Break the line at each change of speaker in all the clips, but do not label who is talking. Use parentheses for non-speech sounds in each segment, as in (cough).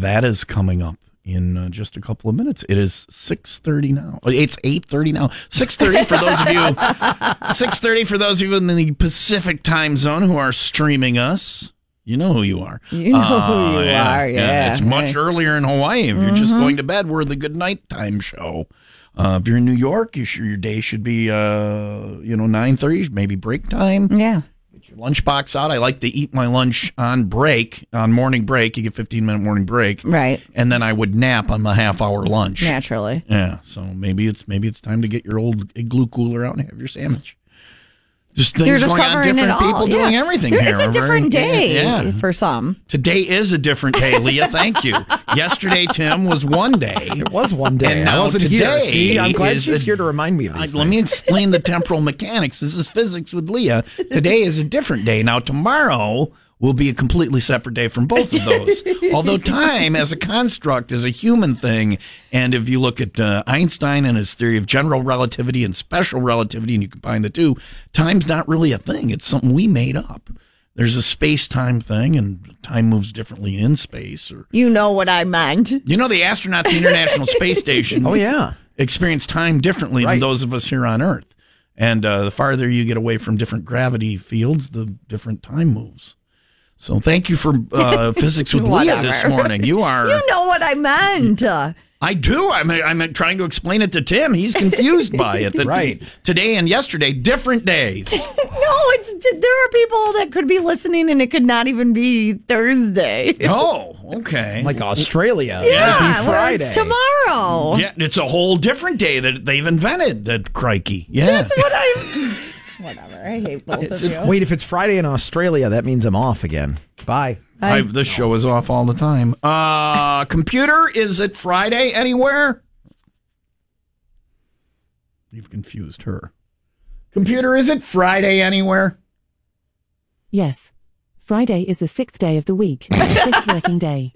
That is coming up in uh, just a couple of minutes. It is 6:30 now. Oh, It's 8:30 now. 6:30 for those of you 6:30
(laughs)
for those of you in the Pacific time zone who are streaming us. You know who you are. Ah,
You know who you are, yeah. Mm-hmm.
It's much earlier in Hawaii. If you're just going to bed, we're the good night time show. Uh, if you're in New York, you should, your day should be, uh, you know, 9.30, maybe break time
Yeah.
get your lunchbox out. I like to eat my lunch on break, on morning break. You get 15 minute morning break.
Right.
And then I would nap on my half hour lunch.
Naturally.
Yeah. So maybe it's maybe it's time to get your old igloo cooler out and have your sandwich. Just things
You're just
going on,
covering
different
it all.
people doing
Yeah.
everything
There-
here.
It's a
We're-
different day
Yeah.
for some.
Today is a different day, Leah. Thank
(laughs)
you. Yesterday, Tim, was one day.
It was one day.
And
I
now
wasn't
today
here. See, I'm glad
is
she's
a-
here to remind me of
I-
these
let me
things.
explain the temporal mechanics. This is physics with Leah. Today is a different day. Now, tomorrow will be a completely separate day from both of
(laughs)
those. Although time as a construct is a human thing. And if you look at uh, Einstein and his theory of general relativity and special relativity, and you combine the two, time's not really a thing. It's something we made up. There's a space time thing, and time moves differently in space. Or
You know what I meant.
You know, the astronauts at the International Space Station
(laughs) Oh yeah.
experience time differently than
Right.
those of us here on Earth. And uh, the farther you get away from different gravity fields, the different time moves. So thank you for
(laughs)
uh, physics with Leah
Whatever.
this morning.
(laughs)
You are.
You know what
(laughs)
I meant. Uh,
I do. I'm. I'm trying to explain it to Tim. He's confused by
(laughs)
it. That
Right.
today and yesterday, different days.
no, it's there are people that could be listening and it could not even be Thursday.
Oh, okay.
Like Australia.
Yeah.
Might
Ah,
be
well,
Friday.
it's tomorrow.
yeah, it's a whole different day that they've invented. That crikey. Yeah.
That's what I. Whatever. I hate both of you.
Wait, if it's Friday in Australia, that means I'm off again. Bye.
I, this show is off all the time.
(laughs)
Uh, computer, is it Friday anywhere? You've confused her. Computer, is it Friday anywhere?
Yes. Friday is the sixth day of the week,
(laughs)
the fifth working day.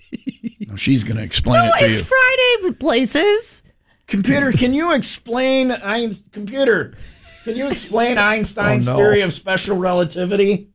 No, she's going to explain
No,
it to you.
it's Friday places.
computer, can you explain Ein- computer? Can you
(laughs)
explain Einstein's
Oh, no.
theory of special relativity?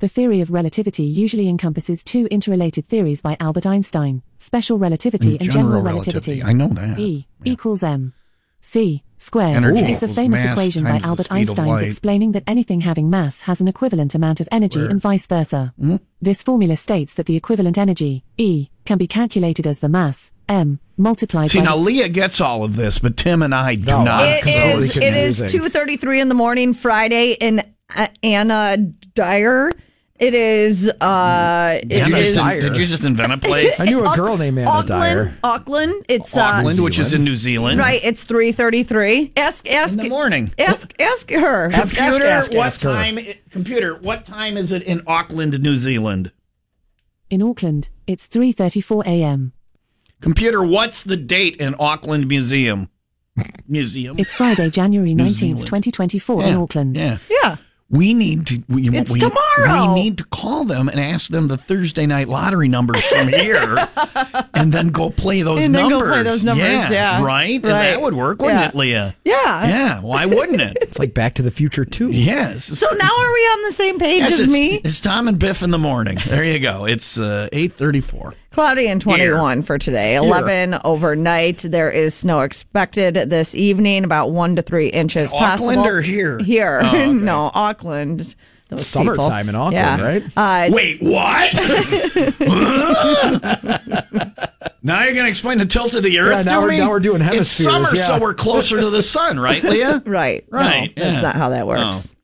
The theory of relativity usually encompasses two interrelated theories by Albert Einstein special relativity and, general, relativity.
I know that.
E equals m. C squared
Energy
is the
equals
famous
mass
equation by
times the
Albert
speed of
Einstein's
light.
explaining that anything having mass has an equivalent amount of energy
Where? Hmm?
and vice versa. This formula states that the equivalent energy, E, can be calculated as the mass, m, multiplied
See
by
now,
the
Leah gets all of this, but Tim and I do
No,
not.
Ah,
It
so
is.
it's
It is
confusing.
two thirty three in the morning Friday in uh, Anna Dyer. It is. Uh, it
Did you,
is-
just, did you just invent a
(laughs)
place?
I knew a girl named Anna
Auckland,
Dyer.
Auckland. It's uh,
Auckland, which is in New Zealand.
right. It's three thirty three. Ask. Ask.
In the morning.
Ask. Ask her.
Ask-
computer,
ask,
what
ask her.
time? Computer, what time is it in Auckland, New Zealand?
in Auckland. It's 3:34 a.m.
Computer, what's the date in Auckland Museum? Museum.
It's Friday, January
New
19th,
Zealand.
2024 in Auckland.
Yeah,
Yeah.
we need to. We,
It's
we,
tomorrow.
We need to call them and ask them the Thursday night lottery numbers from
(laughs)
here, and then go play those
And then
numbers.
go play those numbers, yeah.
right. And
Right.
that would work, wouldn't
Yeah.
it, Leah?
Yeah.
Yeah, why wouldn't
(laughs)
it?
It's like Back to the Future too.
yes.
So now are we on the same page
Yes,
as
it's,
me?
It's Tom and Biff in the morning. There you go. It's uh, eight thirty-four.
Cloudy and 21 for today. 11 overnight. There is snow expected this evening, about one to three inches
Auckland
possible.
or here? Oh,
Here. (laughs) no, Auckland. Those
Summertime
people.
in Auckland,
Yeah.
right?
Uh, it's-
Wait,
(laughs)
what? (laughs) now you're going to explain the tilt of the earth
Yeah, now
to me?
we're- now we're doing
It's
hemispheres,
summer,
yeah.
so we're closer to the sun, right,
(laughs)
Leah?
Right. No,
Right, yeah. Oh. Uh,
That's not how that works.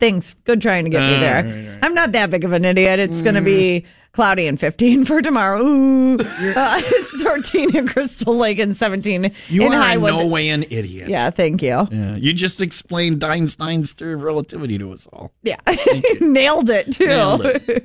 Thanks. Good trying to get me there. I'm not that big of an idiot. It's going to
Mm.
be cloudy and 15 (laughs) for tomorrow. Ooh. (laughs) Uh, it's 13 in Crystal Lake and 17
You
in
are
Highwood.
in no way an idiot.
yeah, thank you.
Yeah, you just explained Einstein's theory of relativity to us all.
Yeah. (laughs) Nailed it, too.
Nailed it.